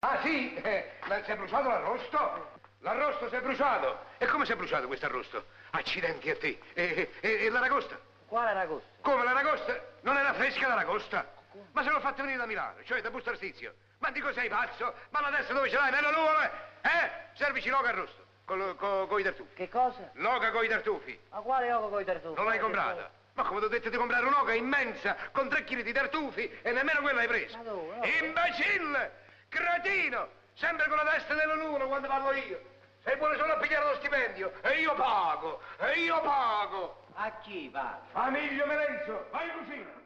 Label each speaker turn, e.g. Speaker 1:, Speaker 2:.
Speaker 1: Ah sì, eh, ma si è bruciato l'arrosto? L'arrosto si è bruciato. E come si è bruciato questo arrosto? Accidenti a te. E, e, e l'aragosta?
Speaker 2: Quale aragosto?
Speaker 1: Come l'aragosta? Non era fresca l'aragosta? Ma se l'ho fatta venire da Milano, cioè da Busto Arsizio. Ma dico sei pazzo? Ma la testa dove ce l'hai? Meno nuvole? Eh? Servici loga arrosto. Con i tartufi.
Speaker 2: Che cosa?
Speaker 1: Loga con i tartufi.
Speaker 2: Ma quale ovo coi tartufi?
Speaker 1: Non l'hai comprata? Ma come ti ho detto di comprare un'oca immensa con tre chili di tartufi e nemmeno quella hai presa?
Speaker 2: Ma dove? No.
Speaker 1: Imbecille! Cretino! Sempre con la testa nella nuvola quando parlo io. Sei buono solo a pigliare lo stipendio e io pago, e io pago.
Speaker 2: A chi va?
Speaker 1: Famiglio Melenzo, vai in cucina!